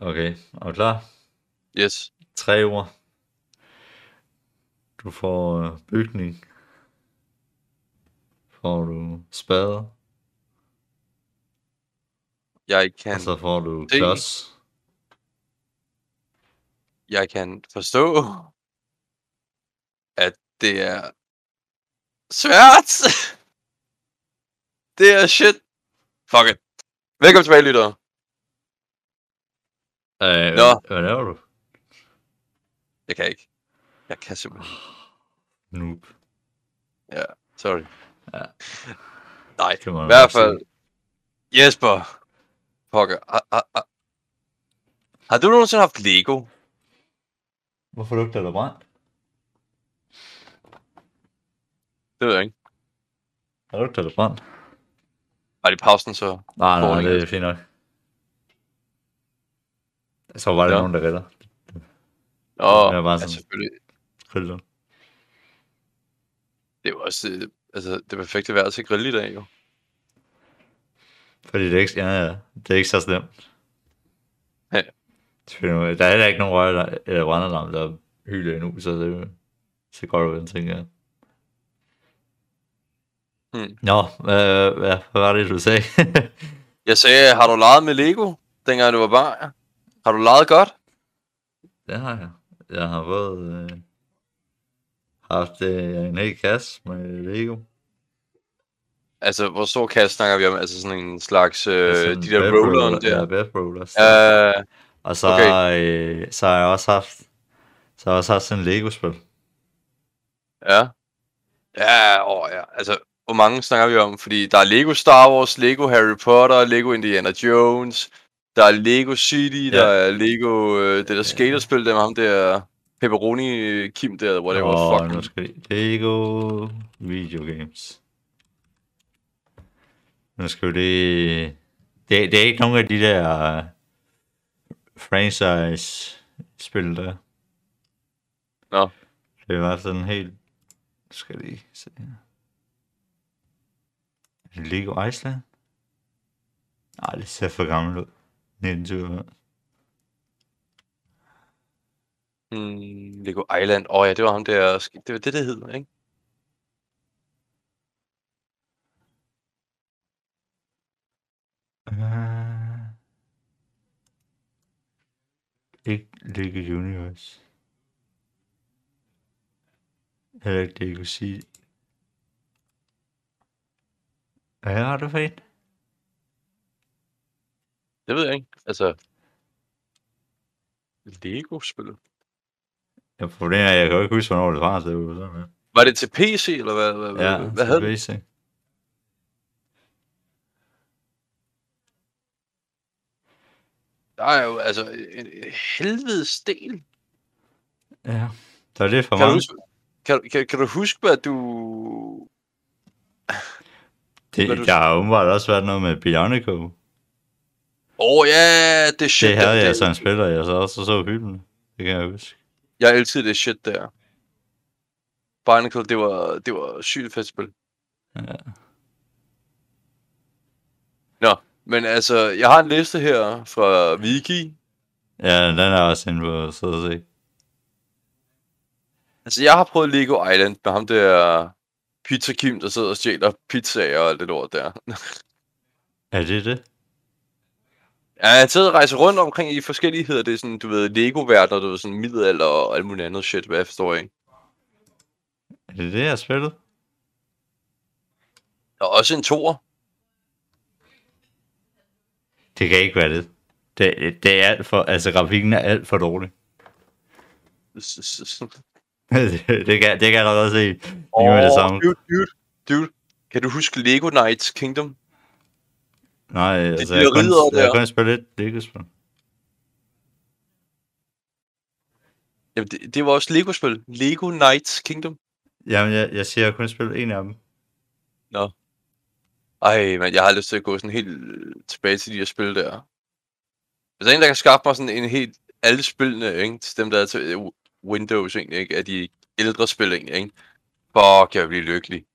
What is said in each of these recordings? Okay, er du klar? Yes. Tre ord. Du får øh, bygning. Får du spade, Jeg og kan, så får du ting. klods. jeg kan forstå, at det er svært. det er shit. Fuck it. Velkommen tilbage, lyttere. Øh, Nå. Hvad laver du? Jeg kan ikke. Jeg kan simpelthen Noob. Sorry. Ja. Nej, Kan man i jo hvert godt se. fald. Jesper. Pokker. Har, har, har. ah, har du nogensinde haft Lego? Hvorfor lugter der brændt? Det ved jeg ikke. Der lugter der brændt. Var det i pausen så? Nej, nej, Får nej, det det er fint nok. Jeg tror bare, det er Nå. altså. nogen, der redder. Nå, Ja, bare ja, sådan. selvfølgelig. Kriller. Det er jo også øh, altså, det perfekte vejr til at grille i dag, jo. Fordi det er ikke, ja, ja, det er ikke så slemt. Ja. Selvfølgelig, Der er heller ikke nogen røg eller- eller brandalarm, der hylder endnu, så det så godt ud, tænker jeg. Hmm. Nå, øh, hvad, hvad var det, du sagde? Jeg sagde, har du leget med Lego, dengang du var barn? Har du leget godt? det har jeg. Jeg har fået... Øh, haft øh, en hel kasse med Lego. Altså, hvor stor kasse snakker vi om? Altså sådan en slags, øh, Sådan de der bath roller- rolleren Altså, Ja, der. bath rollers. Ja. Uh, Og så, Okay. okay. øh, så har jeg også haft, så har jeg også haft sådan en Lego-spil. Ja. Ja, åh, ja. Altså, hvor mange snakker vi om? Fordi der er Lego Star Wars, Lego Harry Potter, Lego Indiana Jones, der er Lego City, Ja. der er Lego, øh, det der Ja. skaterspil, der med ham der, Pepperoni øh, Kim der, whatever, Åh, fuck. nu skal vi... Lego Video Games. Nu skal vi lige... Det, det er ikke nogen af de der øh, franchise-spil der. Nå. Det var sådan helt... Nu skal jeg lige se her. Lego Iceland? Nej, det ser for gammelt ud. 1920. Hmm, Lego Island, åh ja, det var ham der, sk- det var det, det hed, ikke? Uh, ikke Lego Universe. Heller ikke Lego City. Hvad har du for en? Det ved jeg ikke, altså... Lego-spil? Jeg problemet er, at jeg kan jo ikke huske, hvornår det var, så det var sådan, ja. Var det til PC, eller hvad, hvad, Ja, hvad, hvad hed det? det? Der er jo altså en, en helvedes del Ja, der er lidt for Kan du, mange. huske, kan, kan, kan du huske, hvad du... hvad du- Det, der har åbenbart også været noget med Bionico. Åh oh, ja, det shit Det havde der. jeg som spiller, jeg så også så hylden. Det kan jeg huske. Jeg elskede det shit der. Barnacle, det var, det var sygt fedt spil. Ja. Nå, men altså, jeg har en liste her fra Viki. Ja, den er også inde på, så at se. Altså, jeg har prøvet Lego Island med ham der Pizza Kim, der sidder og stjæler pizzaer og alt det lort der. Er det det? Ja, jeg sidder og rejser rundt omkring i forskellige hedder det sådan, du ved, Lego-verdener, du ved, sådan middelalder og alt muligt andet shit, hvad jeg forstår ikke. Er det det, jeg har spillet? Og også en toer. Det kan ikke være det. Det, det er alt for, altså grafikken er alt for dårlig. S- s- s- det, kan, det kan jeg nok også se. Oh, Åh, det det samme. Dude, dude, dude. Kan du huske Lego Knights Kingdom? Nej, altså, de jeg har kun, riddere jeg har der. kun spillet et Lego-spil. Jamen, det, det var også Lego-spil. Lego Knights Kingdom. Jamen, jeg, jeg siger, jeg har kun spillet en af dem. Ej, men jeg har lyst til at gå sådan helt øh, tilbage til de her spil der. Hvis der er en, der kan skaffe mig sådan en helt... Alle spillene, ikke? Til dem, der er til øh, Windows, egentlig, ikke? Af de ældre spil, egentlig, ikke? Fuck, jeg vil blive lykkelig.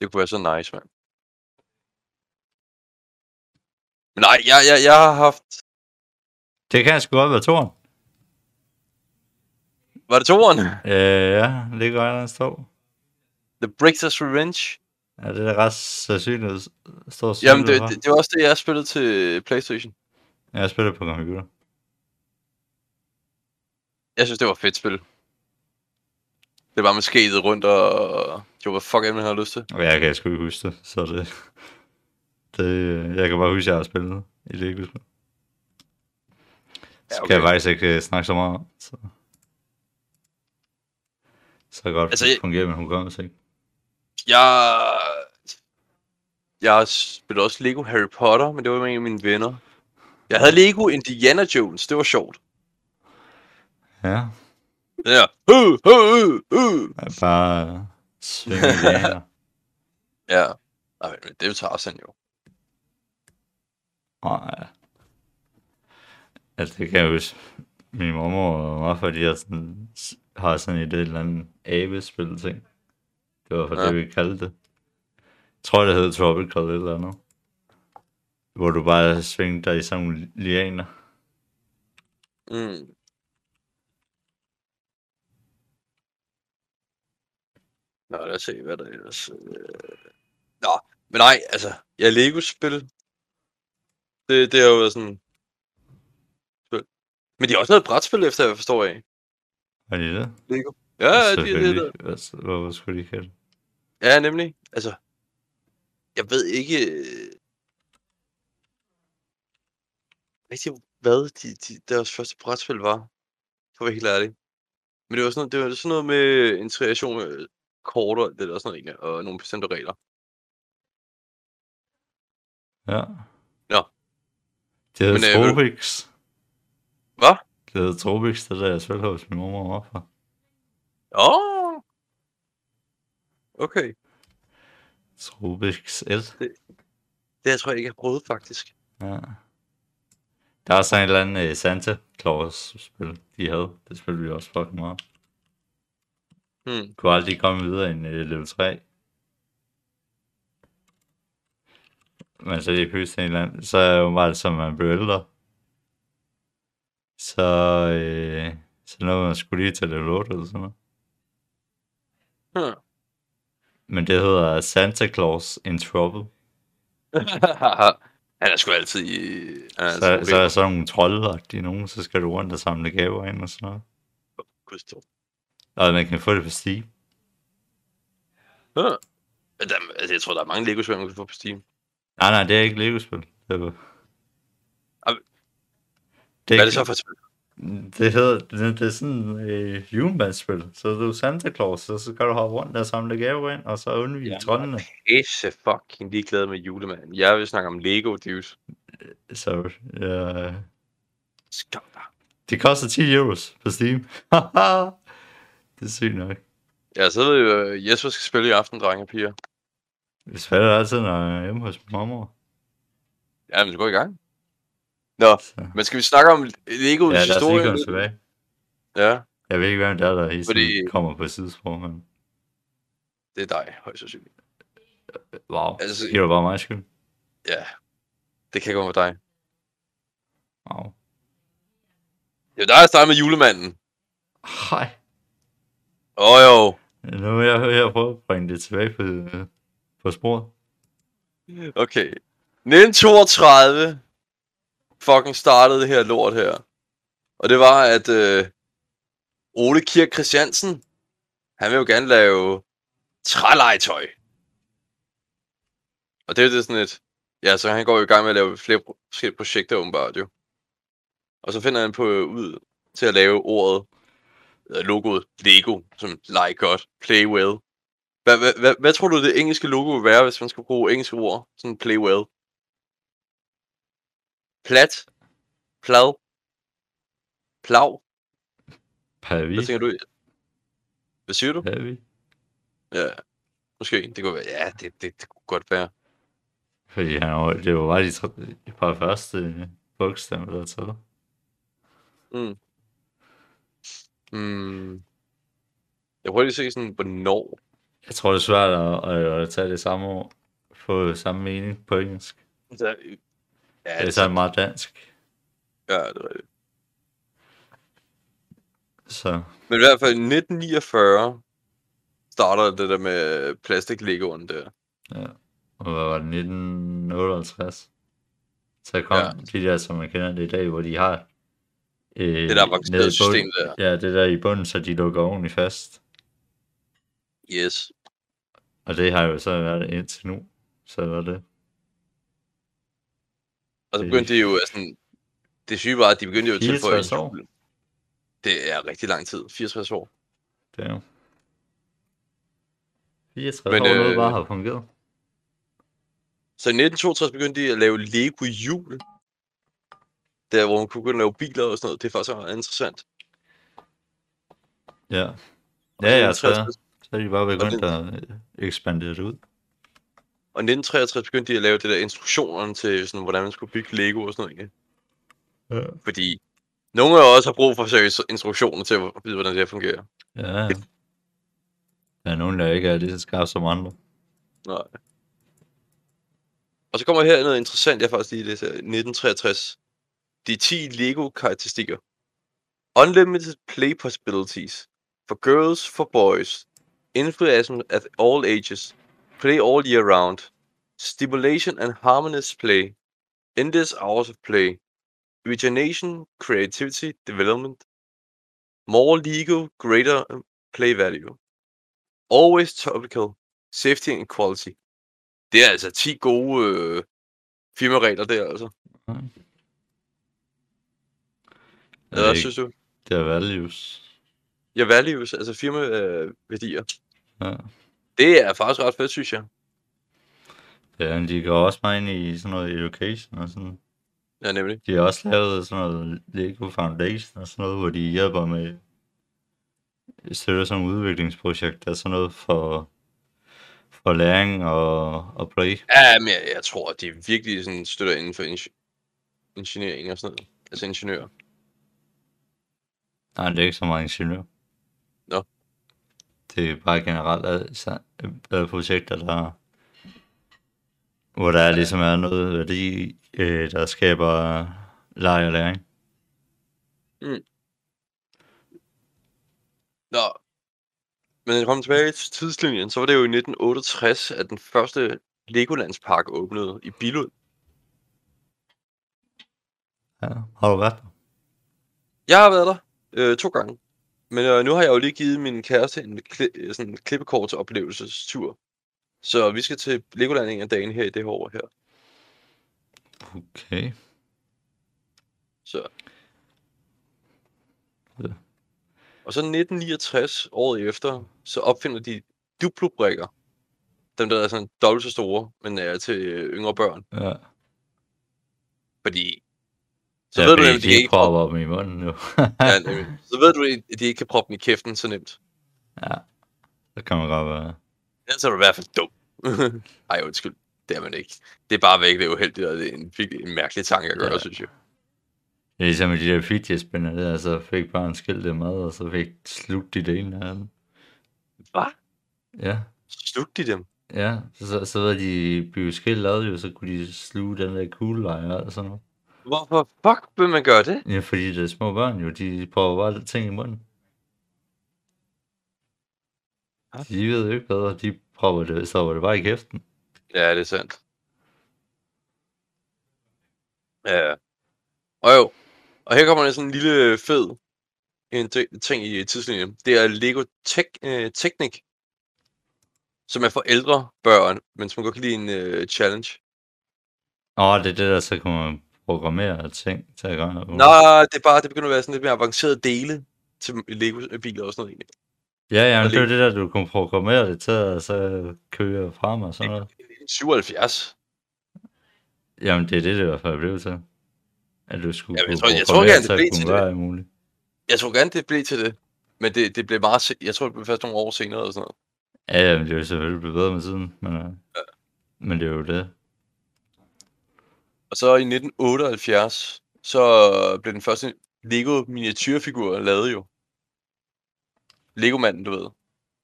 Det kunne være så nice, mand. Nej, jeg, jeg, jeg har haft... Det kan sgu godt være toren. Var det toeren? Øh, ja, det gør jeg, der står. The Breakers Revenge? Ja, det er da ret sandsynligt. Står Jamen, det, sandsynligt for. det, det var også det, jeg spillede til Playstation. Ja, Jeg spiller på computer. Jeg synes, det var et fedt spil. Det var med skædet rundt og... Jo, hvad fuck er det, man har lyst til? Og jeg kan sgu ikke huske det, så det... det øh, jeg kan bare huske, at jeg har spillet det i det ikke huske. Ja, Så okay. kan jeg faktisk ikke øh, snakke så meget om, så... Så godt Altså, altså, jeg- fungerer min hukommelse, ikke? Jeg... Jeg spillede også Lego Harry Potter, men det var med en af mine venner. Jeg havde Lego Indiana Jones, det var sjovt. Ja, Den her, uh, uh, uh, uh. jeg er bare... Øh, svinge indianer. Ja, Nej, men det er jo Tarzan jo. Nej. øh, Altså, det kan jeg huske. Min mormor og morfar, de har sådan, har sådan et eller andet abespil ting. Det var for ja. Ja. det, vi kaldte det. Jeg tror, det hed Tropical eller noget. Hvor du bare svingte dig i sådan nogle lianer. Mm. Nå, lad os se, hvad der ellers... øh. Nå, men nej, altså, ja, Lego-spil, det, det har jo været sådan... Spil. Men de har også lavet brætspil, efter jeg forstår af. Var det det? Lego. Ja, ja, de, de, de, Selvfølgelig. Altså, Hvorfor skulle de ikke have det? ja, nemlig. Altså, jeg ved ikke... øh, Rigtig, hvad de, de, deres første brætspil var. For at være helt ærlig. Men det var sådan, det var sådan noget med en kreation med kort og det der sådan noget, lignende, og nogle bestemte regler. Ja. Nå. Det hed Men, øh, vil du- Tropix. Hvad? Det hed Tropix, det der jeg spillede hos min mormor og morfar. Åh! Oh! Okay, Tropix 1. det her tror jeg ikke, jeg har prøvet faktisk. Ja. Der var sådan en eller anden uh, Santa Claus spil, de havde. Det spillede vi også fucking meget. Hmm. Kunne aldrig komme videre end uh, level 3. Men så lige pludselig en eller anden, så er jo meget som man blev ældre. Så, øh, så nåede man skulle lige til level 8 eller sådan noget. Hmm. Men det hedder Santa Claus in Trouble. Han er sgu altid i... Han er Så, altid så er der sådan nogle troldagtige nogen, så skal du rundt og samle gaver ind og sådan noget. så... Og man kan få det på Steam. Ja. Men Der, altså, jeg tror, der er mange Lego-spil, man kan få på Steam. Nej, nej, det er ikke Lego-spil. Det er... Ah, Det, Hvad er det så for et spil? Det, hedder, det, det er sådan et øh, julemandsspil. Så du er Santa Claus, og så skal du hoppe rundt og samle gaver ind, og så undvige Ja. ja. troldene. Pisse fucking ligeglad med julemanden. Jeg vil snakke om Lego, dudes. Så øh, Skam dig. det koster 10 euros på Steam. det er sygt nok. Ja, så ved jeg, øh, Jesper skal spille i aften, drenge og piger. Jeg spiller det altid, når jeg er hjemme hos min mormor. Jamen, så gå i gang. Nå, Så, men skal vi snakke om Legos ja, lad os lige historie? komme tilbage. ja, Jeg ved ikke, hvem det er, der hele Fordi- tiden kommer på sidespor, men det er dig, højst sandsynligt. wow, Altså- altså, det var bare mig skyld. Ja, det kan gå med dig. Wow. Det er dig, der starter med julemanden. Hej. Åh oh, jo. Nu vil jeg, jeg prøve at bringe det tilbage på, på sporet. Okay. 1932 fucking startede det her lort her. Og det var, at øh, Ole Kirk Christiansen, han vil jo gerne lave trælegetøj. Og det er jo det sådan et... Ja, så han går jo i gang med at lave flere pro- forskellige projekter åbenbart jo. Og så finder han på øh, ud til at lave ordet, øh, logoet Lego, som like godt, play well. Hvad, hvad, hvad, hvad tror du, det engelske logo vil være, hvis man skal bruge engelske ord? Sådan play well. Plat. Plad. Plav. Pavi. Hvad tænker du? Hvad siger du? Pavi. Ja, måske. Det kunne være. Ja, det, det, det kunne godt være. Fordi han var, det var bare de, tre- de par første øh, bogstaver, der til. Mm. Jeg prøver lige at se sådan, hvornår. Jeg tror, det er svært at, at, at tage det samme ord, få samme mening på engelsk. Altså, Ja, Det er sådan meget dansk. ja, det er rigtigt. Så Men i hvert fald i 1949 starter det der med plastik legoen der. og hvad var det, 1958? Så kom Ja. ja. de der, som man kender det i dag, hvor de har... Øh, Det der avancerede system der. Ja, det der i bunden, så de lukker oven i fast. Yes. Og det har jo så været indtil nu. Så var det. Og så Det- begyndte de jo at sådan... Det syge var, at de begyndte jo at tilføje... 64 år. hjul. Det er rigtig lang tid. 64 år. Det er jo. 64 Men, Men, år, noget øh, bare har fungeret. Så i 1962 begyndte de at lave Lego hjul. Der, hvor man kunne begynde at lave biler og sådan noget. Det er faktisk ret interessant. Ja. Og Ja, altså. ja, 1963 så, så er de bare begyndt at øh, ekspandere det ud. Og i 1963 begyndte de at lave det der instruktionerne til, sådan, hvordan man skulle bygge Lego og sådan noget. Ikke? Ja. Fordi nogle af os har brug for seriøse instruktioner til at vide, hvordan det her fungerer. Ja. ja. Der er nogen, der ikke er lige så skarpe som andre. Nej. Og så kommer her noget interessant, jeg faktisk lige læser. 1963. De 10 Lego-karakteristikker. Unlimited play possibilities. For girls, for boys. Enthusiasm at all ages. Play all year round. Stimulation and harmonious play. Endless hours of play. Regeneration, creativity, development. More Lego, greater um, play value. Always topical. Safety and quality. Det er altså 10 gode øh, firmaregler der, altså. Jeg Eller ved hvad ikke, synes du? Det er values. Ja, values, altså firmaværdier. Øh, værdier. Ja. det er faktisk ret fedt, synes jeg. Ja, men de går også meget ind i sådan noget education og sådan. Ja, nemlig. De har også lavet sådan noget Lego Foundation og sådan noget, hvor de hjælper med støtter som udviklingsprojekt og sådan noget for, for læring og, og play. Ja, men jeg, jeg tror, at de virkelig sådan støtter inden for ing- ingeniering og sådan noget. Altså ingeniører. Nej, det er ikke så meget ingeniør. Nå. Det er bare generelt ad, sa- ad projekter, der, hvor der ja. ligesom er noget værdi, øh, der skaber leg og læring. Nå. Men når jeg kom tilbage til tidslinjen, så var det jo i 1968, at den første Legolandspark åbnede i Billund. Ja. Har du været der? Jeg har været der øh, to gange. Men øh, nu har jeg jo lige givet min kæreste en kli- øh, sådan en klippekorts oplevelsestur. Så vi skal til Legoland en af dagen her i det her år her. Okay. Så. Ja. Og så 1969, året efter, så opfinder de Duplo-brikker. Dem, der er sådan dobbelt så store, men er til øh, yngre børn. Ja. Fordi... Så Så jeg ved ved du, nemlig, ikke, de kan de ikke proppe, propper dem i munden nu. ja, nemlig. så ved du, at de ikke kan proppe den i kæften så nemt. ja. Så kan man godt være. Ellers er du i hvert fald dum. Ej, undskyld. Det er man ikke. Det er bare væk, det er uheldigt, og det er en, virkelig, en mærkelig tanke at gøre, ja. Ja. synes jeg. Det er ligesom med de der fidget spinner der, så fik børn skilt det mad, og så fik slugt de det ene af dem. Hvad? Ja. Slugte de dem? Ja, så, så, så ved de blev skilt ad, jo, så kunne de sluge den der kuglelejer og sådan noget. Hvorfor fuck vil man gøre det? Ja, fordi det er små børn jo, de prøver bare lidt ting i munden. Ah. De ved jo ikke bedre, de propper det, så det bare i kæften. Ja, det er sandt. Ja. Og jo. Og her kommer der sådan en lille fed en ti- ting i tidslinjen. Det er Lego Tech, øh, Technic, som er for ældre børn, men som godt kan lide en øh, challenge. Åh, det er det der, så kan man programmere ting til at gøre noget. Nej, det er bare, det begynder at være sådan lidt mere avanceret dele til Lego-biler og sådan noget egentlig. Ja, ja, men det lige- var det der, du kunne programmere det til at så køre frem og sådan noget. 77. Jamen, det er det, det i hvert fald blev til. At du skulle Jamen, jeg kunne tror- jeg tror programmere gerne, det til at blev kunne til gøre alt muligt. Jeg tror gerne, det blev til det. Men det, det blev meget... Se- jeg tror, det blev først nogle år senere og sådan noget. Ja, ja, men det er jo selvfølgelig blevet bedre med tiden, men, øh, men det er jo det. Og så i 1978, så blev den første Lego miniatyrfigur lavet jo. Lego-manden, du ved.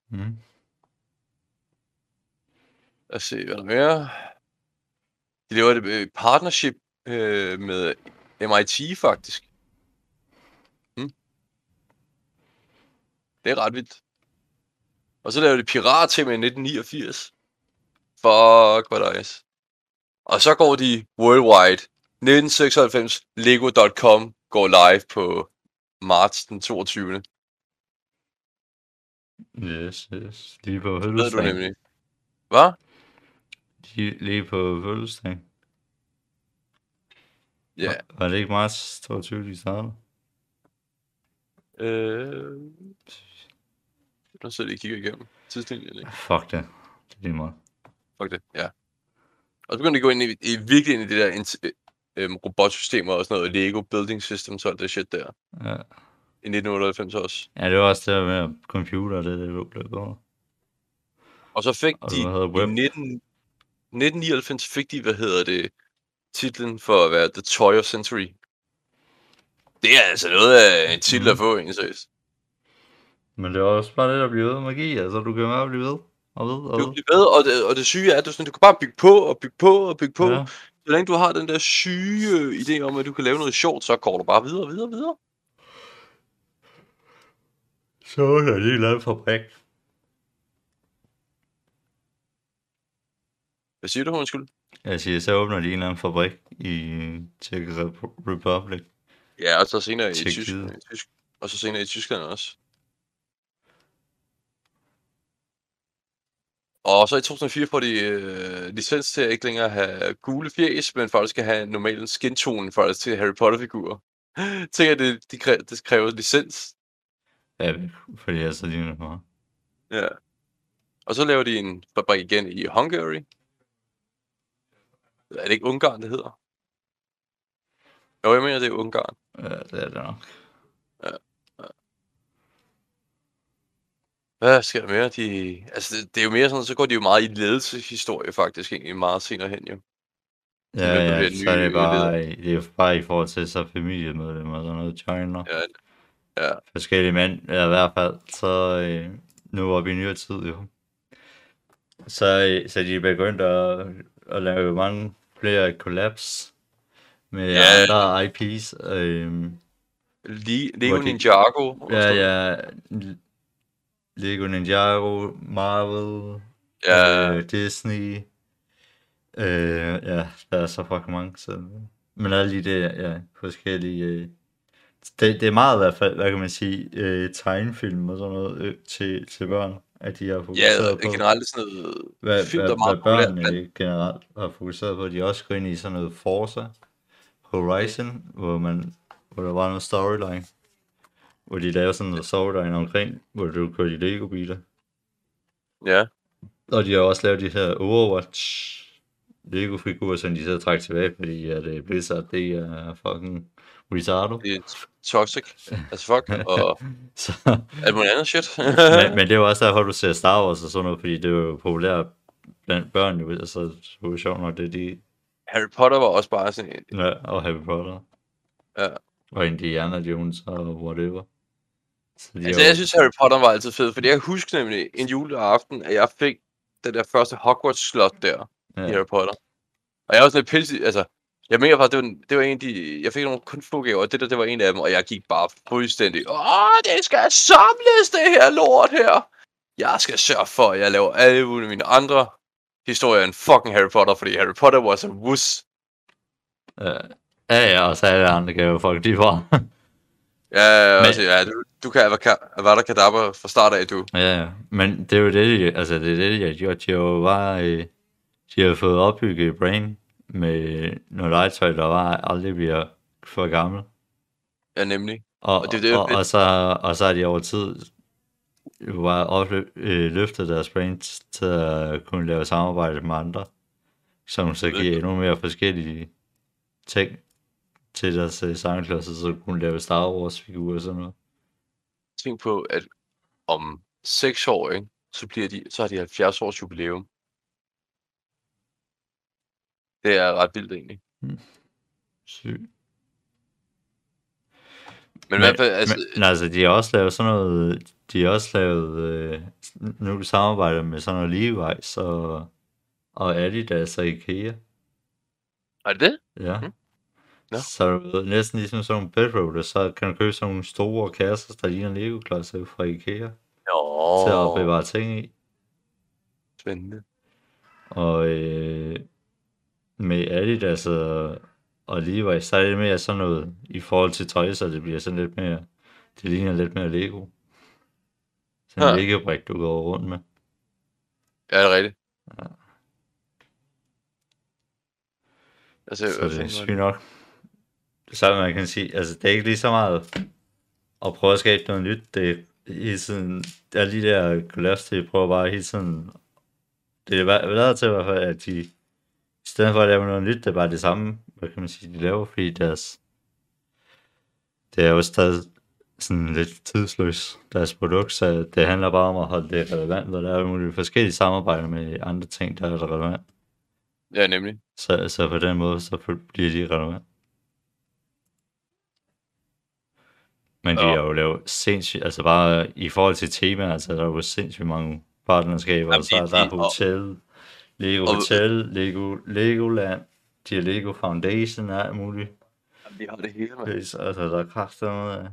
Mm. Lad os se, hvad der er mere. De laver et øh, partnership øh, med MIT faktisk. Hmm. Det er ret vildt. Og så lavede de pirat til med 1989. Fuck, hvor nice. Og så går de worldwide. 1996, lego.com går live på marts den 22. Yes, yes. Lige på Det ved du fødselsdagen. nemlig. Hvad? Lige, lige på fødselsdagen. Ja. Var, var det ikke marts 22, de startede? Øh... Nu sidder de og kigger igennem tidslinjen, ikke? Fuck det. Det er lige meget. Fuck det, ja. Og så begyndte de at gå ind i, i virkelig ind i det der int- øhm, robotsystemer og sådan noget, Lego Building Systems og alt det shit der, Ja. i 1998 også. ja, det var også det der med computer, det det, du blev over. Og så fik Og de, du havde i web. 19, 1999 fik de, hvad hedder det, titlen for at være The Toy of Century. Det er altså noget af en titel Mhm. at få, egentlig seriøst. Men det var også bare det, der blev ved magi. Altså, du kan bare blive ved og ved og Du ved. bliver ved, og det, og det syge er, at du, sådan, du kan bare bygge på og bygge på og bygge på. Ja. Så længe du har den der syge øh, idé om, at du kan lave noget sjovt, så går du bare videre og videre og videre. Så er jeg lige lavet en fabrik. Hvad siger du, undskyld? Jeg siger, så åbner de en eller anden fabrik i Czech Rep- Republic. Ja, og så senere i Tjekkiet. Tyskland. i Tysk- Og så senere i Tyskland også. Og så i 2004 får de øh, licens til at ikke længere have gule fjæs, men faktisk skal have normalen skintone faktisk til Harry Potter-figurer. Tænker, det, de kræver, det kræver licens. Ja, fordi jeg så ligner mig. Ja. Og så laver de en fabrik igen i Hungary. Er det ikke Ungarn, det hedder? Jo, jeg mener, det er Ungarn. Ja, det er det nok. Hvad sker der mere? De... Altså, det, det, er jo mere sådan, så går de jo meget i ledelseshistorie faktisk, egentlig meget senere hen jo. Ja, hvem der ja, bliver så er nye det bare, det er jo bare i forhold til så familiemedlemmer og sådan noget, joiner, Ja, forskellige mænd, eller i hvert fald, så øh, nu oppe i nyere tid jo. Så, øh, så de er begyndt at, at lave mange flere collabs med Ja. ja. andre IPs. Øh, Le- Lego Hvor de- Ninjago. og ja, sådan- ja, L- Lego Ninjago, Marvel, ja. øh, Disney. Øh, ja, der er så fucking mange. Så. Men alle de der ja, forskellige... Øh, det, det er meget i hvert fald, hvad kan man sige, øh, tegnefilm og sådan noget øh, til, til børn, at de har Ja, fokuseret på. generelt sådan noget hvad, film, der hvad, er meget hvad populært børnene blandt- ikke generelt har fokuseret på. De er også gået ind i sådan noget Forza Horizon, hvor, man, hvor der var noget storyline. Hvor de lavede sådan noget storyline omkring, hvor du kørte i Lego-biler. Ja, Og de har også lavet de her Overwatch Lego-figurer, som de så trak tilbage, fordi at øh, Blizzard, det er fucking Wizardo. det er toxic as fuck, og Så, alt muligt andet shit. men, men det er jo også derfor, du ser Star Wars og sådan noget, fordi det er jo populært blandt børn, jo, altså, det er jo sjovt nok, det er de, Harry Potter var også bare sådan en... ja, og Harry Potter. Ja. Og Indiana Jones og whatever. Så de Altså, er jo- jeg synes, Harry Potter var altid fed, fordi jeg husker nemlig en juleaften, at jeg fik den der første Hogwarts-slot der. i ja, Harry Potter. Og jeg er også lidt pisse, altså, jeg mener faktisk, det var, det var en af de, jeg fik nogle kun få gaver, og det der, det var en af dem, og jeg gik bare fuldstændig, åh, det skal samles, det her lort her. Jeg skal sørge for, at jeg laver alle mulige mine andre historier end fucking Harry Potter, fordi Harry Potter was a wuss. ja, ja, ja, og så alle andre kan jo fucking lige fra. Ja, Men- Men... altså, ja, du, du kan Avada Kedavra fra start af, du. Ja, ja. men det er jo det, de, altså det er det, de har gjort. De har jo bare, øh, de har fået opbygget et brain med noget legetøj, der bare aldrig bliver for gammel. Ja, nemlig. Og, Og og, det er det, det, det, og, det- og, så, og så har de over tid jo bare oplø, øh, løftet deres brain til at kunne lave samarbejde med andre, som så Vildt. giver endnu mere forskellige ting til deres øh, sangklodser, så kunne lave Star Wars-figurer og sådan noget. Tænk på, at om 6 år, ikke, så, bliver de, så har de 70 års jubilæum. Det er ret vildt egentlig. Sygt. Men, i hvert fald, altså, men, nej, altså, de har også lavet sådan noget, de har også lavet, øh, nu samarbejder med sådan noget Levi's og, og Adidas og Ikea. er det det? Ja, Mhm. mm. Nå. Så du ved, næsten ligesom sådan nogle bedroller, så kan du købe sådan nogle store kasser, der ligner Lego-klodser fra Ikea, oh. til at Nå, opbevare ting i. spændende. Og øh, med Adidas og, og Levi's, så er det mere sådan noget i forhold til tøj, så det bliver sådan lidt mere, det ligner lidt mere Lego. Sådan en Ja. Lego-brik, du går rundt med. Ja, det er rigtigt. Ja. Altså, Så hvad det er fanden var sygt nok. Så man kan sige, altså det er ikke lige så meget at prøve at skabe noget nyt. Det er hele tiden, der er lige der kollaps til, de prøver bare hele tiden, det er bare- lader til i hvert fald, at de, i stedet for at lave noget nyt, det er bare det samme, hvad kan man sige, de laver, fordi deres, det er jo stadig sådan lidt tidsløs, deres produkt, så det handler bare om at holde det relevant, og der er jo mulige forskellige samarbejder med andre ting, der er relevant. Ja, nemlig. Så, så på den måde, så fø- bliver de relevant. Men de Ja. har jo lavet sindssygt, altså bare i forhold til temaer, altså der er jo sindssygt mange partnerskaber, Jamen, Jamen, så er de- der de- og- Hotel, Lego og- Hotel, Lego, Legoland, de har Lego Foundation og alt muligt. Jamen, de har det hele, mand. Altså der er kræfter med.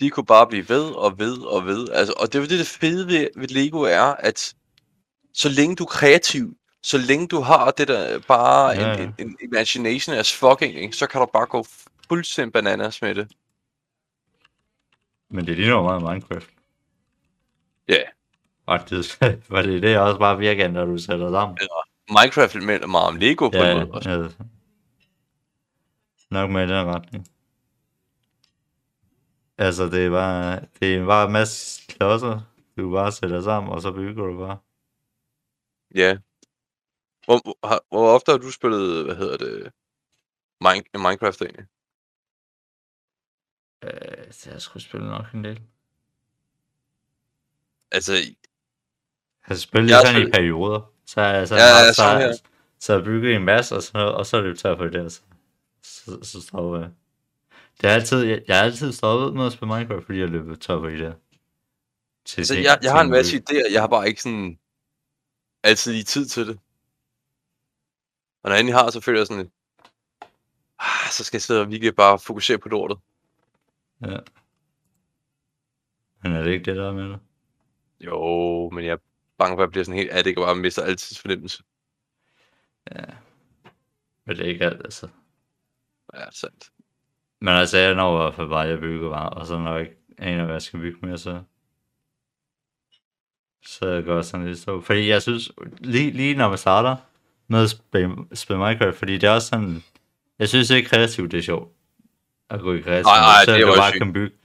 de kunne bare blive ved og ved og ved. Altså, og det er jo det, det fede ved, ved Lego er, at så længe du er kreativ, så længe du har det der bare Ja, ja. ja. en, en, en imagination as fucking, ikke? så kan du bare gå fuldstændig bananas med det. Men det ligner jo meget Minecraft. Ja, Faktisk, for det er det også bare virker, når du sætter sammen. Minecraft minder meget om Lego på en Ja, måde. Også. ja. Nok med i den retning. Altså, det er bare, det er bare en masse klodser, du bare sætter sammen, og så bygger du bare. Ja. Hvor, hvor- har, hvor ofte har du spillet, hvad hedder det, Mine, Minecraft egentlig? Øh, det har jeg sgu spillet nok en del. Altså, Jeg har spillet Jeg har sådan i spillet- perioder. Så har jeg sådan Ja, ja, meget, så, samme her. så, så har jeg bygget en masse og sådan noget, og så er det tør for det, altså. Så, så stopper jeg. Det er altid, jeg, jeg har altid stoppet med at spille Minecraft, fordi jeg løb tør for det. Til, altså ting- jeg, jeg har til en masse løb. idéer, jeg har bare ikke sådan altid lige tid til det. Og når jeg endelig har, så føler jeg sådan, lidt, ah, så skal jeg sidde og virkelig bare fokusere på lortet. Men er det ikke det, der er med det? Jo, men jeg er bange for, at jeg bliver sådan helt addict og bare mister altid fornemmelse. Men det er ikke alt, altså. Ja, sandt. Men altså, jeg når i hvert fald bare, at jeg bygger bare, og så når jeg ikke aner, hvad jeg skal bygge mere, så... Så går jeg sådan lidt stå. Fordi jeg synes, lige, lige når man starter med at spille, spille Minecraft, fordi det er også sådan... Jeg synes ikke kreativt, det er sjovt. At gå i kreativt, Nej, nej, det er selvom du også bare sygt. kan bygge.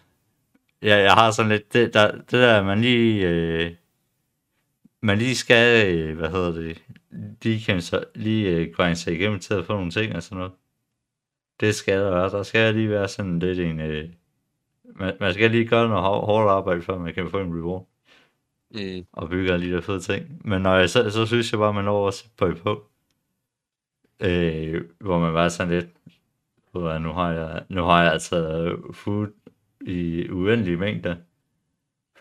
Ja, jeg har sådan lidt... Det der, det der man lige... Øh, man lige skal, øh, hvad hedder det, lige, kan så, lige øh, grænse sig igennem til at få nogle ting og sådan noget. Det skal der være. Der skal lige være sådan lidt en... Øh, man, man skal lige gøre noget hår- hårdt arbejde, før man kan få en reward Mm. og bygge alle de der fede ting. Men når jeg, så, så synes jeg bare, at man når også på på. Øh, hvor man bare sådan lidt, "Uha, nu har jeg, nu har jeg altså food i uendelige mængder.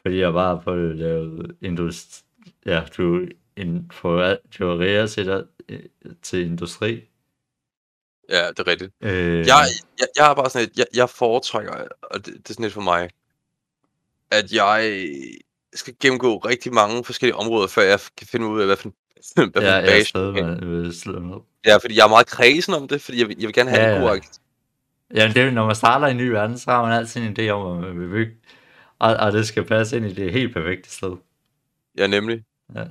Fordi jeg bare har fået lavet industri, ja, du, en, for, teorier til, der, til industri. Ja, det er rigtigt. Øh, Jeg, jeg, jeg er bare sådan et, jeg, jeg foretrækker, og det, det er sådan lidt for mig, at jeg skal gennemgå rigtig mange forskellige områder, før jeg kan finde ud af, hvad for en, hvad for ja, en jeg er base- stadig med, med slå ned. Ja, fordi jeg er meget kredsen om det, fordi jeg, vil- jeg vil gerne have Ja, ja, en ja. god ark- Jamen, det, er jo, når man starter i en ny verden, så har man altid en idé om, hvad man vil bygge. Og, og det skal passe ind i det helt perfekte sted. Ja, nemlig. Ja.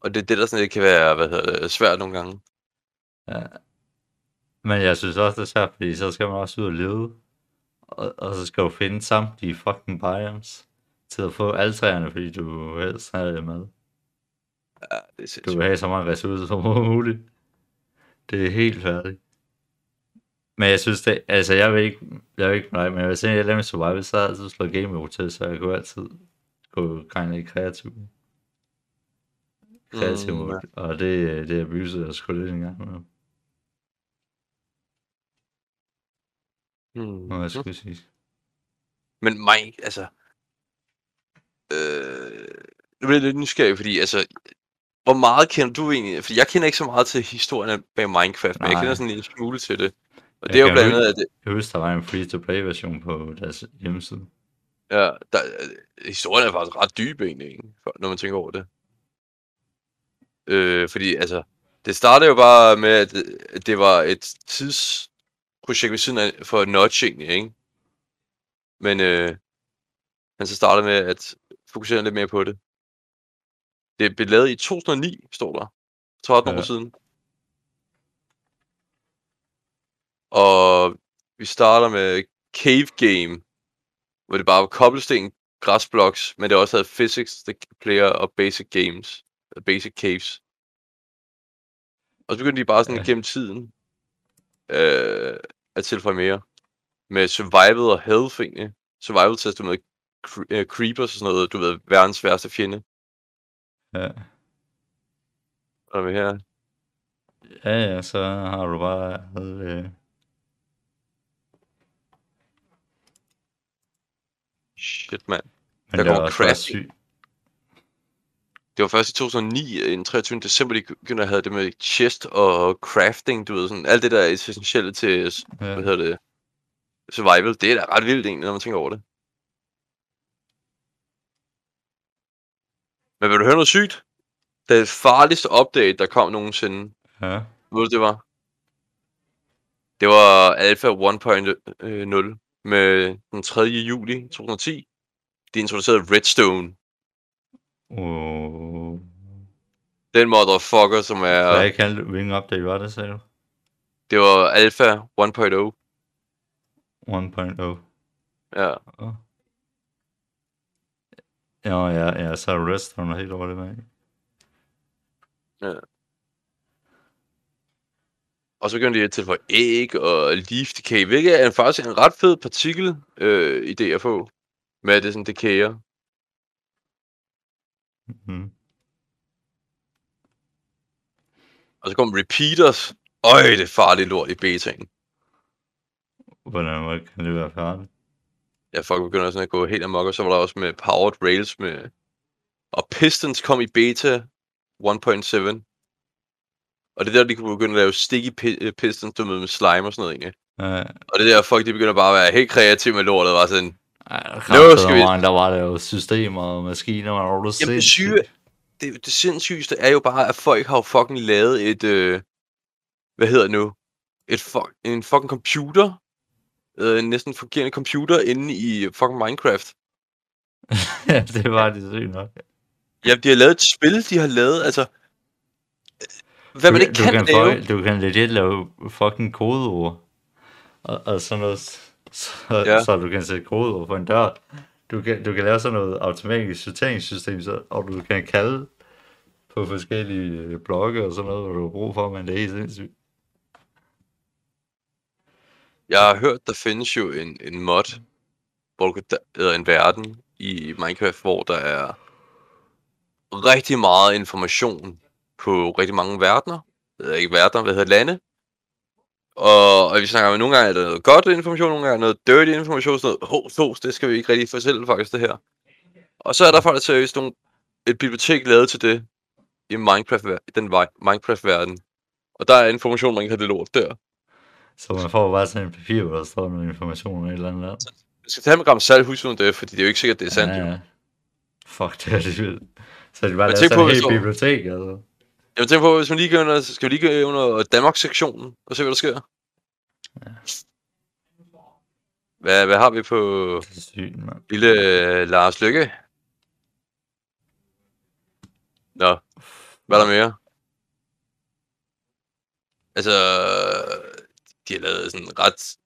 Og det er det, der sådan lidt kan være, hvad hedder det, svært nogle gange. Men jeg synes også, det er svært, fordi så skal man også ud og lede. Og, og så skal du finde samtlige fucking biomes til at få alle træerne, fordi du helst har det med. Ja, det er Du sindssygt. vil have så mange ressourcer som muligt. Det er helt færdigt. Men jeg synes det, altså jeg vil ikke, jeg vil ikke nej, men hvis jeg laver survival, så har jeg altid slået game mode til, så jeg kunne altid gå gang i kreativ, kreativ Mm, mode. Og det, det abusede jeg sgu lidt engang med, Mm. må jeg skulle sige. Men mig, altså... Øh, nu bliver jeg lidt nysgerrig, fordi altså... Hvor meget kender du egentlig? For jeg kender ikke så meget til historien bag Minecraft, men jeg Nej. kender sådan en lille smule til det. Og Jeg det er jo kan blandt jo andet, at det, Jeg husker, der var en free-to-play version på deres hjemmeside. ja, der, øh, historien er faktisk ret dyb egentlig, ikke? For- når man tænker over det. Øh, fordi altså, det startede jo bare med, at øh, at det var et tidsprojekt ved siden af for Notch egentlig, ikke? Men øh, han så startede med at fokusere lidt mere på det. Det blev lavet i 2009, står der. 13 ja. år Ja. siden. Og vi starter med Cave Game, hvor det bare var koblesten, græsblocks, men det også havde physics, the player og basic games, og basic caves. Og så begyndte de bare sådan ja. Ja. gennem tiden øh, at tilføje mere. Med survival og health egentlig. Survival tester med cre- øh, creepers og sådan noget, du ved, verdens værste fjende. Ja. Hvad er vi her? Ja, ja, så har du bare alle, øh, Shit, mand. men Der det går var også bare crafting. sygt. Det var først i 2009, øh, den 23. december, de begyndte at have det med chest og crafting, du ved, sådan alt det der er essentielle til Ja. hvad hedder det, survival, det er da ret vildt egentlig, når man tænker over det. Men vil du høre noget sygt? Det farligste update, der kom nogensinde, Ja. ved du, det var? Det var Alpha 1.0 med den 3. juli 2010. De introducerede Redstone. Uh, Den motherfucker, som er... Hvad kan du? Hvilken update var det, sagde du? Det var Alpha 1.0. 1.0. Ja. oh. Åh. Ja, ja, ja, så er Rest, hun er helt over det med. Og så begyndte de at tilføje æg og leaf decay, hvilket er en- faktisk en ret fed partikel øh, idé at få. Med at det sådan dekayer. Mm. Og så kom repeaters. Øj, det er farligt lort i betaen. Hvordan var- kan det være færdigt? Ja, folk begynder sådan at gå helt amok, og så var der også med powered rails med... Og pistons kom i beta 1.7. Og det er der, de kunne begynde at lave sticky pi- øh, pistons, du ved, med slime og sådan noget, egentlig. Uh, Og det er der, folk de begynder bare at være helt kreative med lortet, og var sådan, nu skal skal vi- vi... Mange, der var der jo systemer og maskiner, og var du Jamen, det sindssyg? syge, det, det sindssygeste er jo bare, at folk har jo fucking lavet et, øh, hvad hedder det nu, et fuck, en fucking computer, øh, en næsten fungerende computer inde i fucking Minecraft. Ja, det var det sygt nok. Ja, de har lavet et spil, de har lavet, altså, øh, hvad man du, ikke du kan, kan, lave. få- du kan legit lave fucking kodeord. Og, og sådan noget. Så, Ja. ja. så du kan sætte kodeord på en dør. Du kan, du kan lave sådan noget automatisk sorteringssystem, så, og du kan kalde på forskellige øh, blokke og sådan noget, hvor du har brug for, men det er helt sindssygt. Jeg har hørt, der findes jo en, en mod, hvor du kan, da- eller en verden i Minecraft, hvor der er rigtig meget information på rigtig mange verdener. Eller ikke verdener, hvad hedder lande. Og, og vi snakker om, nogle gange er der noget godt information, nogle gange er der noget dirty information, sådan noget hos, hos, det skal vi ikke rigtig fortælle faktisk det her. Og så er der faktisk seriøst nogle, et bibliotek lavet til det i Minecraft, den vej- Minecraft-verden. Og der er information, man kan have det lort der. Så man får bare sådan en papir, hvor der står noget information om et eller andet. land. Man skal tage med Gram Salt husund det, fordi det er jo ikke sikkert, det er sandt. Ja, ja. Fuck, det er det vildt. Så det bare Men lavet tænk sådan på, en hvis hel du- bibliotek, altså. Jeg tænker på, hvis man lige går under, så skal vi lige gå under Danmark-sektionen og se, hvad der sker. Ja. Hvad, hvad har vi på Det er sygt, mand. lille øh, Lars Lykke? Nå, hvad er der mere? Altså, de har lavet sådan ret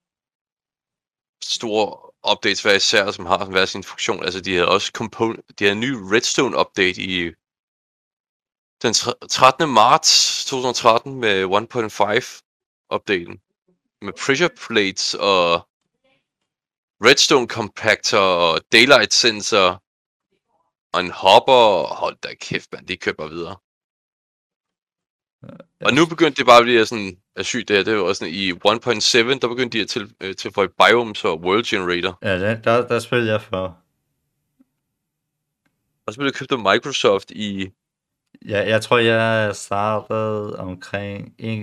store updates hver især, som har hver sin funktion. Altså, de havde også component, de havde en ny Redstone-update i den tre- 13. marts 2013 med 1.5-updaten. Med pressure plates og redstone compactor og daylight sensor og en hopper. Hold da kæft, mand. De køber videre. Og nu begyndte det bare at blive sådan, at sygt det her, det var også sådan, i 1.7, der begyndte de at til, øh, tilføje biomes og world generator. Ja, der, der, der spillede jeg for. Og så blev det købt af Microsoft i Jeg, jeg tror, jeg startede omkring... En,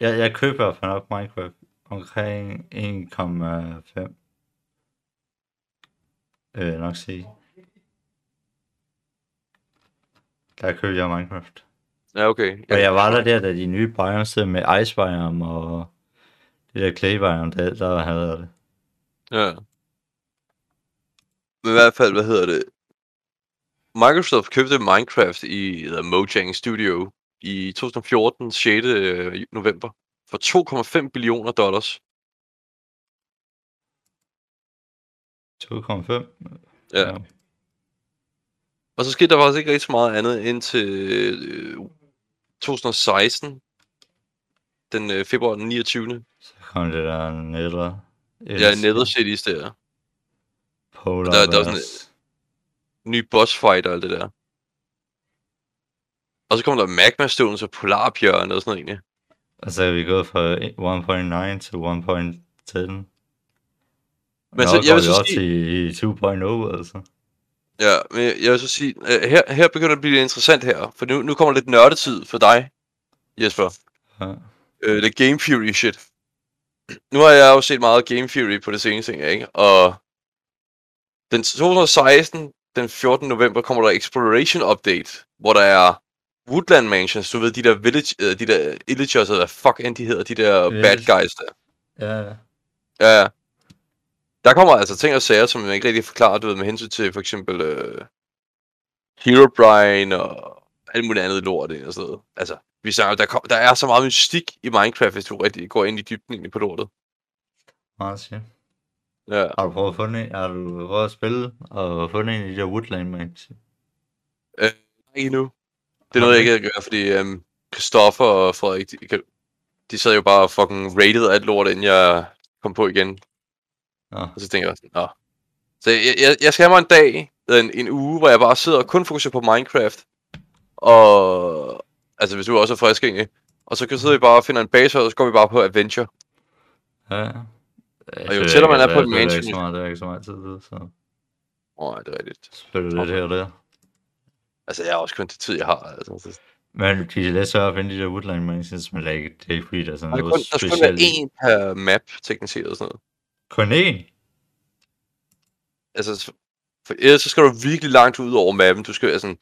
jeg, jeg køber for nok Minecraft omkring 1,5. Øh, nok sige. Der købte jeg Minecraft. Ja, okay. Og jeg var der der, da de nye biomes der med Ice Biome og det der Clay Biome, der, der havde jeg det. Ja. Men i hvert fald, hvad hedder det? Microsoft købte Minecraft i eller Mojang Studio i 2014, 6. øh, november, for 2,5 billioner dollars. 2,5? Ja. Og så skete der faktisk ikke rigtig så meget andet indtil øh, 2016, den øh, februar den 29. Så kom det der netter. Ja, Nether Cities der. Polar Der- der er sådan Bears. Ny boss fight og alt det der. Og så kom der magma Stones og polarbjørn og sådan noget egentlig. Og så er vi gået fra 1.9 til 1.10. Men så- så, jeg jeg vil vi så op sige- til 2.0, altså. Ja, men jeg- jeg vil så sige, øh, her, her begynder det at blive lidt interessant her, for nu, nu kommer lidt nørdetid for dig, Jesper. Ja. Øh, det er Game Theory shit. Nu har jeg jo set meget Game Theory på det seneste, ikke? Og den 2016, den 14. november, kommer der Exploration Update, hvor der er Woodland Mansions, du ved, de der, village, øh, de der illagers, eller fuck end de hedder, de der Ja. bad guys der. ja. Ja, ja. Der kommer altså ting og sager, som man ikke rigtig forklarer, du ved, med hensyn til for eksempel øh, Herobrine og alt muligt andet lort ind og sådan noget. Altså, vi snakker, der, kom, der er så meget mystik i Minecraft, hvis du rigtig går ind i dybden egentlig på lortet. Meget sjovt. Ja. Har du prøvet at finde en? Har du prøvet at spille og fundet en i de der Woodland Maps? Ikke endnu. Det er noget, jeg ikke kan gøre, fordi øhm, Christoffer og Frederik, de, kan- de sad jo bare og fucking rated alt lort, inden jeg kom på igen. Nå, Og så tænker jeg sådan, Nå. Så jeg, jeg, jeg skal have mig en dag, eller en, en uge, hvor jeg bare sidder og kun fokuserer på Minecraft. Og... Altså, hvis du også er frisk egentlig. Og så kan sidder vi bare og finder en base, og så går vi bare på adventure. ja. ja. jo tættere man er på et Det er mansion, ikke så jo- meget, det er ikke så meget tid, til, så Åh, oh, det er rigtigt. spiller lidt her og der. Altså, jeg har også kun det tid, jeg har. Altså, så- Men de er lidt svære at finde de der Woodland Mansions, men det er ikke, det er ikke fordi, der er sådan der, er noget kun, der skal kun være specielt. i. én per map, teknisk set, og sådan noget. Kun én? Altså, for ellers så skal du virkelig langt ud over mappen. Du skal altså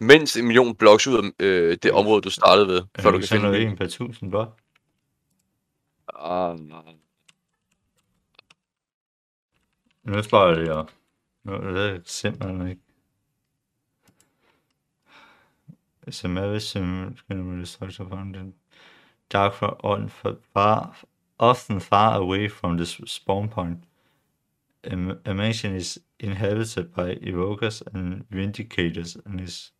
mindst en million bloks ud af øh, det område, du startede ved, Er før det du ikke kan sådan finde noget en. en per tusind, blot? Ah, nej. Nu spørger jeg det jo. Nu er det simpelthen ikke. Som er ved simpelthen destruction fountain. Dark for on for far, often far away from the spawn point. A, a mansion is inhabited by evokers and vindicators and is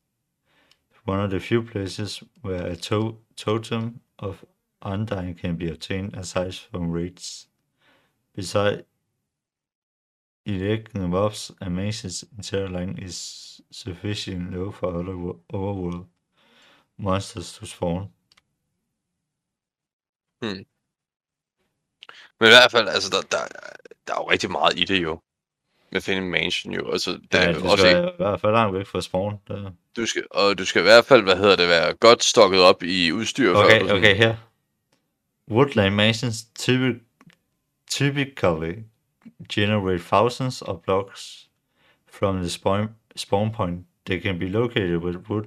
one of the few places where a to- totem of undying can be obtained aside from raids. Beside Electing mobs and mazes in Terrorline is sufficient low for other wo- overworld monsters to spawn. Men i hvert fald, altså, der, der, der er jo rigtig meget i det jo. Med at finde en mansion jo. Altså, det Ja, er det jo skal også, være i hvert fald langt væk fra spawn. Der. du skal, og du skal i hvert fald, hvad hedder det, være godt stokket op i udstyr. før du Okay, sådan- okay, her. Woodland mansions typi- typically generate thousands of blocks from the spawn, spawn point. They can be located with wood,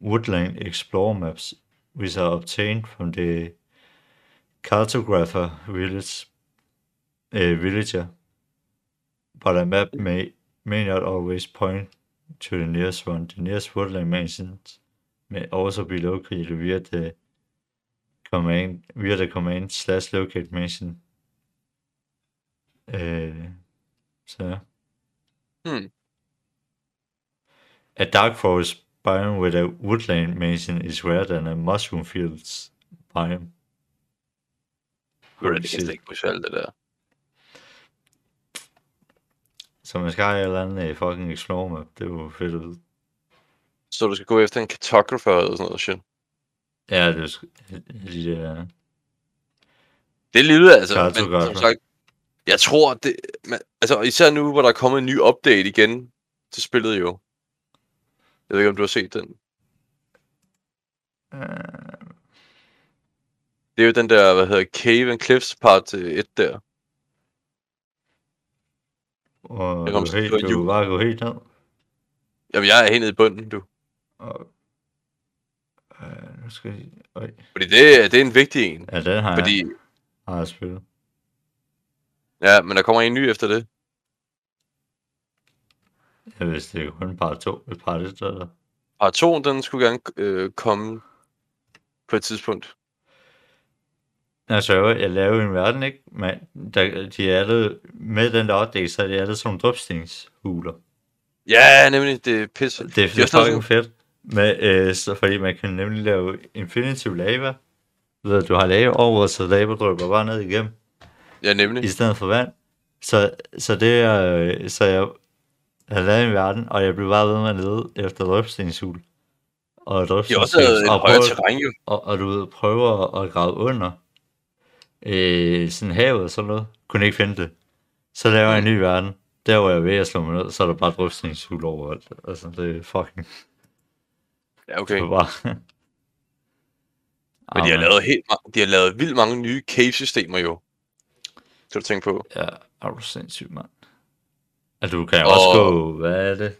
woodland explore maps, which are obtained from the cartographer village, uh, villager. But a map may, may not always point to the nearest one. The nearest woodland mansions may also be located via the command via the command slash locate mission. Øh, så ja. Hmm. A dark forest biome with a woodland mansion is rare than a mushroom fields biome. Ved du, Det kan Shit. jeg slet ikke huske alt det der. Så man skal have et eller andet øh, fucking explore map. Det var fedt ud. Så du skal gå efter en kartographer eller sådan noget shit. Ja, det er sk- de der... Det lyder altså, men som Kartographer. sagt, jeg tror, det, man, altså især nu, hvor der er kommet en ny update igen til spillet jo. Jeg ved ikke, om du har set den. Øh, Det er jo den der, hvad hedder Cave and Cliffs part 1 der. og Jeg jeg kom kom til at helt, slå du hjul. var gået helt ned. Jamen, jeg er helt nede i bunden, du. Og, øh, nu skal jeg lige... Øj. Fordi det, er- det er en vigtig en. Ja, den har, Fordi, jeg, har jeg spillet. ja, men der kommer en ny efter det. Jeg vidste, det er kun par to, et par det der. Part 2, den skulle gerne øh, komme på et tidspunkt. Altså, jeg lavede en verden, ikke? Men der, de er alle, med den der opdæk, så er de alle sådan nogle dropstenshuler. Ja, nemlig, det er pisse. Det er også noget- fucking fedt. Men, øh, så, fordi man kan nemlig lave infinitive lava, ved at du har lava over, så lava drypper bare ned igennem, Ja, nemlig. i stedet for vand. Så, så det er, øh, så jeg har lavet en verden, og jeg blev bare ved med at lede efter dropstenshul. Og Det er dropstenshul. også et højere terræn, jo. og, og du ved, prøver at grave under øh, sådan havet og sådan noget, kunne ikke finde det. Så laver jeg en ny verden. Der hvor jeg er ved at slå mig ned, så er der bare drøftningshul overalt. Altså, det er fucking Ja, okay. det er bare... Ah, Men de har, Amen. lavet helt, ma- de har lavet vildt mange nye cave-systemer, jo. Skal du tænke på. Ja, er du sindssyg, mand. Altså, du kan jo også Og- gå... Hvad er det?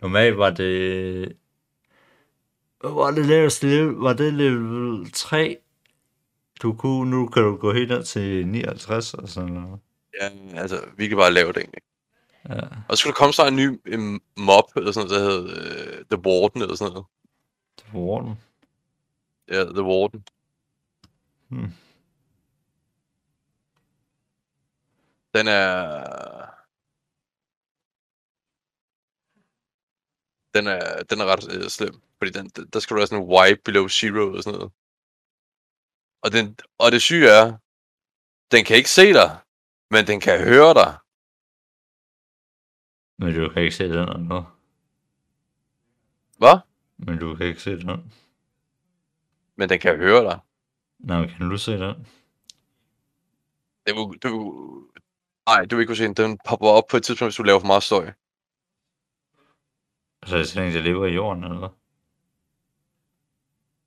Normalt var det... Hvad Var det laveste level? Var det level 3? Du kunne, nu kan du gå helt ned til 59 og sådan noget. Ja, altså, vi kan bare lave det egentlig. Ja. Og så skulle der komme så en ny en mob, eller sådan noget, der hed uh, The Warden, eller sådan noget. Det var orden. Ja, The Warden. Hmm. Den er... Den er, den er ret øh, slem, fordi den, der skal du have sådan en wipe below zero og sådan noget. Og, den, og det syge er, den kan ikke se dig, men den kan høre dig. Men du kan ikke se den her nu. Hvad? Men du kan ikke se den. Men den kan høre dig. Nej, men kan du se den? Det vil, du, nej, du vil ikke kunne se den. Den popper op på et tidspunkt, hvis du laver for meget støj. Altså, jeg tænkte, jeg lever i jorden, eller hvad?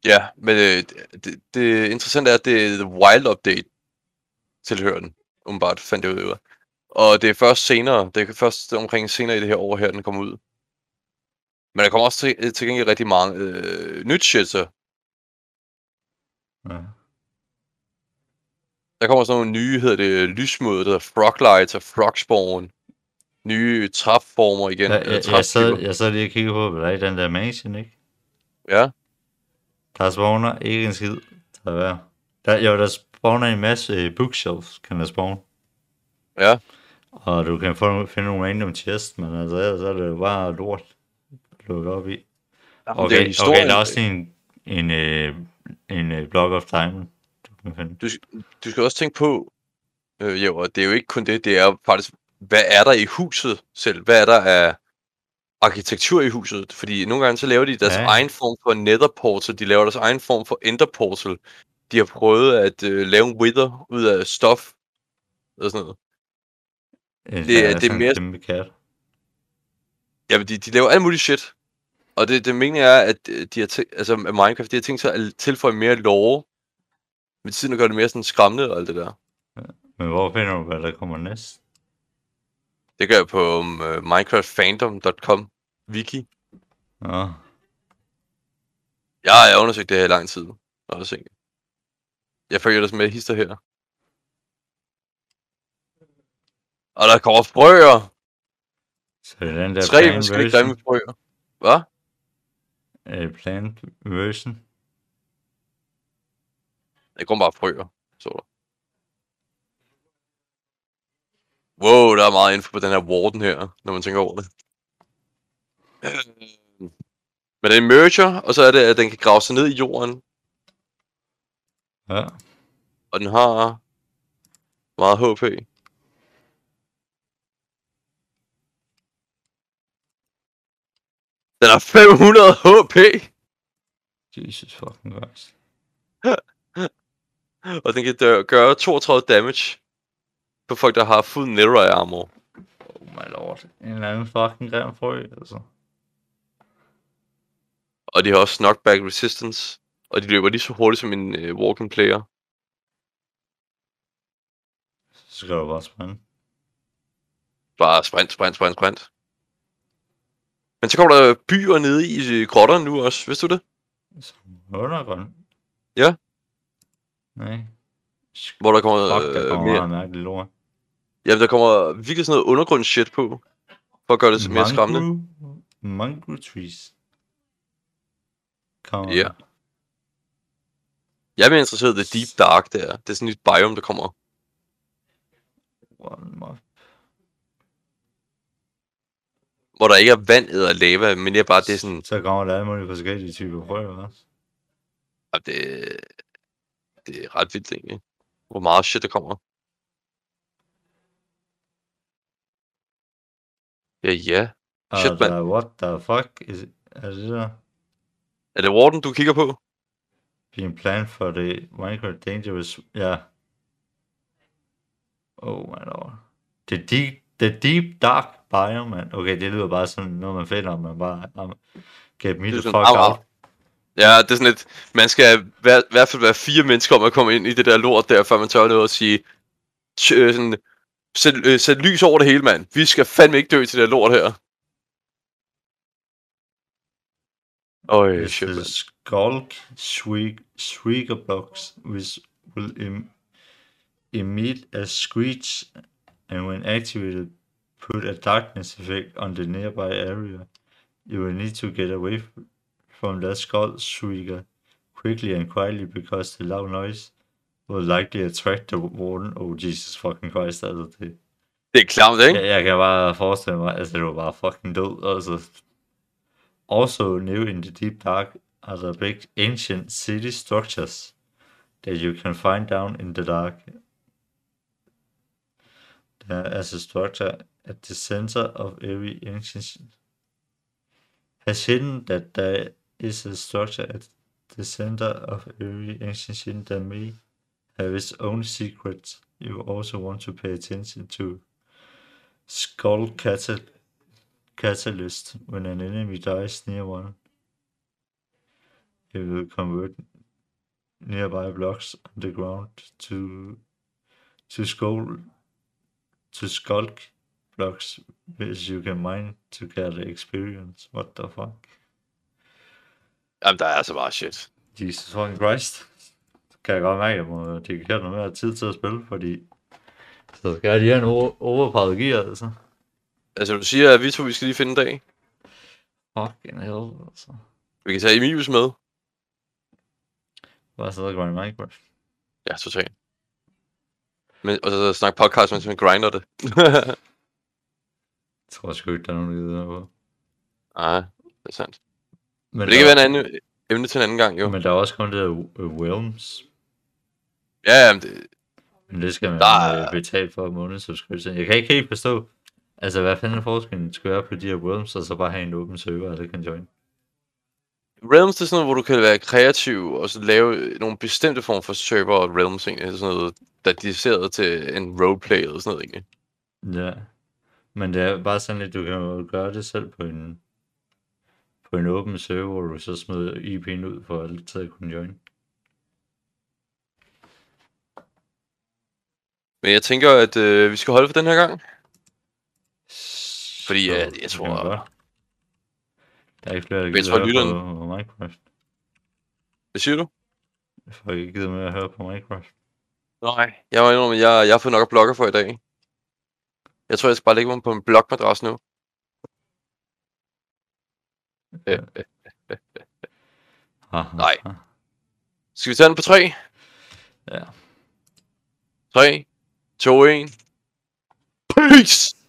Ja, men øh, det, det interessante er, at det er The Wild Update tilhører den, umiddelbart fandt jeg ud af. Og det er først senere, det er først omkring senere i det her år her, den kommer ud. Men der kommer også til, til gengæld rigtig mange øh, nyt shit, så. Ja. Der kommer sådan nogle nye, hedder det, lysmåde, der hedder Froglights og Frogspawn. Nye træformer igen. Jeg, eller jeg, jeg, sad, trætyper. jeg sad lige og kiggede på, hvad der er i den der mansion, ikke? Ja, Der spawner ikke en skid, der er værd. Der, jo, der spawner en masse øh, bookshelves, kan der spawn. Ja. Og du kan få, finde nogle random chests, men altså, ellers er det jo bare lort lukket op i. Jamen, Okay, det det er er en okay, historie. der er også en, en, øh, en, øh, block of diamond, du kan finde. du skal også tænke på, øh, jo, og det er jo ikke kun det, det er jo faktisk, hvad er der i huset selv? Hvad er der af arkitektur i huset? Fordi nogle gange så laver de deres Ja. ja. egen form for nether portal, de laver deres egen form for ender portal. De har prøvet at øh, lave en wither ud af stof, og sådan noget. Øh, det der er sådan en mere- Kæmpe kat. Jamen, de, de laver alt muligt shit. Og det, det meningen er, at øh, de har tæ- altså, at Minecraft de har tænkt sig at tilføje mere lore, med tiden at gøre det mere sådan skræmmende og alt det der. Men hvor finder du, hvad der kommer næst? Det gør jeg på um, uh, minecraftfandom.com wiki. Nå, Jeg har undersøgt det her i lang tid. Og så jeg følger det med hister her. Og der kommer frøer. så det er den der Tre plant forskellige version. grimme frøer. Hvad? Øh, plant version. Det kommer bare frøer, så der. Wow, der er meget info på den her warden her, når man tænker over det. Øhm, Men det er en merger, og så er det, at den kan grave sig ned i jorden, Ja. og den har meget HP. Den har 500 HP, Jesus fucking Christ. og den kan dø- gøre 32 damage på folk, der har fuld netherite armor. Oh my lord. En eller anden fucking grim frø, altså. Og de har også knockback resistance. Og de løber lige så hurtigt som en øh, walking player. Så skal du bare springe. Bare sprint, sprint, sprint, sprint. Men så kommer der byer nede i øh, grotterne nu også. Vidste du det? Som undergrund. Ja. Nej. Hvor der kommer, Fuck, der øh, kommer mere, meget mærkeligt lort. jamen, der kommer virkelig sådan noget undergrundsshit på. For at gøre det mere skræmmende. Mangrove- Mangrove trees. Kommer. Ja. Jeg er mere interesseret i The Deep Dark der. Det er sådan et nyt biome, der kommer. Hold mig. Hvor der ikke er vand eller lava, men jeg bare, det er sådan... Så kommer der alle mulige forskellige typer frøer også. Jamen, ah, Det, det er ret vildt, egentlig. Hvor meget shit, der kommer. Ja, ja. Og Shit, mand. der er Altså, what the fuck is, er det der? Er det Warden, du kigger på? Being planned for the Minecraft Dangerous... Ja. Oh my lord. The deep, the deep dark biome, man. Okay, det lyder bare sådan noget, man finder, man bare... Um, get me Det the er sådan, fuck au, au. out. Ja, det er sådan lidt... Man skal være, i hvert fald være fire mennesker om at komme ind i det der lort der, før man tør noget at sige... "Tj- øh, Sådan, sæt, øh, sæt lys over det hele, mand. Vi skal fandme ikke dø til det der lort her. Øj, This shit, is mand. Skulk Shrieker Box, which will em- emit a screech and when activated, put a darkness effect on the nearby area. You will need to get away f- from the Skull Shrieker quickly and quietly because the loud noise will likely attract the warden. Oh, Jesus fucking Christ, altså det. Det er klamt, ikke? Jeg, jeg kan bare forestille mig, altså det var bare fucking død, altså. Also new in the deep dark are the big ancient city structures that you can find down in the dark. There is a structure at the center of every ancient has hidden that there is a structure at the center of every ancient city that may have its own secrets you also want to pay attention to. Skull catal- Catalyst. When an enemy dies near one, it will convert nearby blocks on the ground to to skull to skulk blocks, which you can mine to gather experience. What the fuck? Jamen, der er altså bare shit. Jesus fucking Christ. Kan jeg godt mærke, at jeg må dedikere noget mere tid til at spille, fordi så skal jeg lige have en over- overpowered gear, altså. Altså, du siger, at vi to, vi skal lige finde en dag. Fucking hell, altså. Vi kan tage Emilius med. Bare sidde og grinde Minecraft. Ja, totalt. Men, og så snakke podcast, mens man grinder det. Jeg tror sgu ikke, der er nogen, der gider på. Nej, Ah, det er sandt. Men, Men det kan være en anden øh, emne til en anden gang, jo. men der er også kun det der øh, Realms. Ja, jamen, det, Men det skal man Der der... er- betale for månedsubscription. Jeg kan ikke helt forstå, altså hvad fanden forskellen skal være på de her Realms, og så bare have en åben server, og det kan join. Realms det er sådan noget, hvor du kan være kreativ og så lave nogle bestemte former for server og Realms egentlig. Sådan noget, der er dediceret til en roleplay eller sådan noget egentlig. Ja. Men det er bare sådan lidt, du kan jo gøre det selv på en på en åben server, hvor du så smider IP'en ud for alle til at kunne join. Men jeg tænker, at øh, vi skal holde for den her gang. Fordi, Så øh, jeg det kan tror- man godt. Der er ikke flere, der Jeg tror, gider høre lytterne- på, på Minecraft. Hvad siger du? Folk ikke gider med at høre på Minecraft. Nej. Jeg må indrømme, at jeg, jeg har fået nok af blogger for i dag. Jeg tror, jeg skal bare lægge mig på en blogmadras nu. Øh, øh. Haha. Nej. Skal vi tage den på 3? Ja. 3, 2, 1. Peace!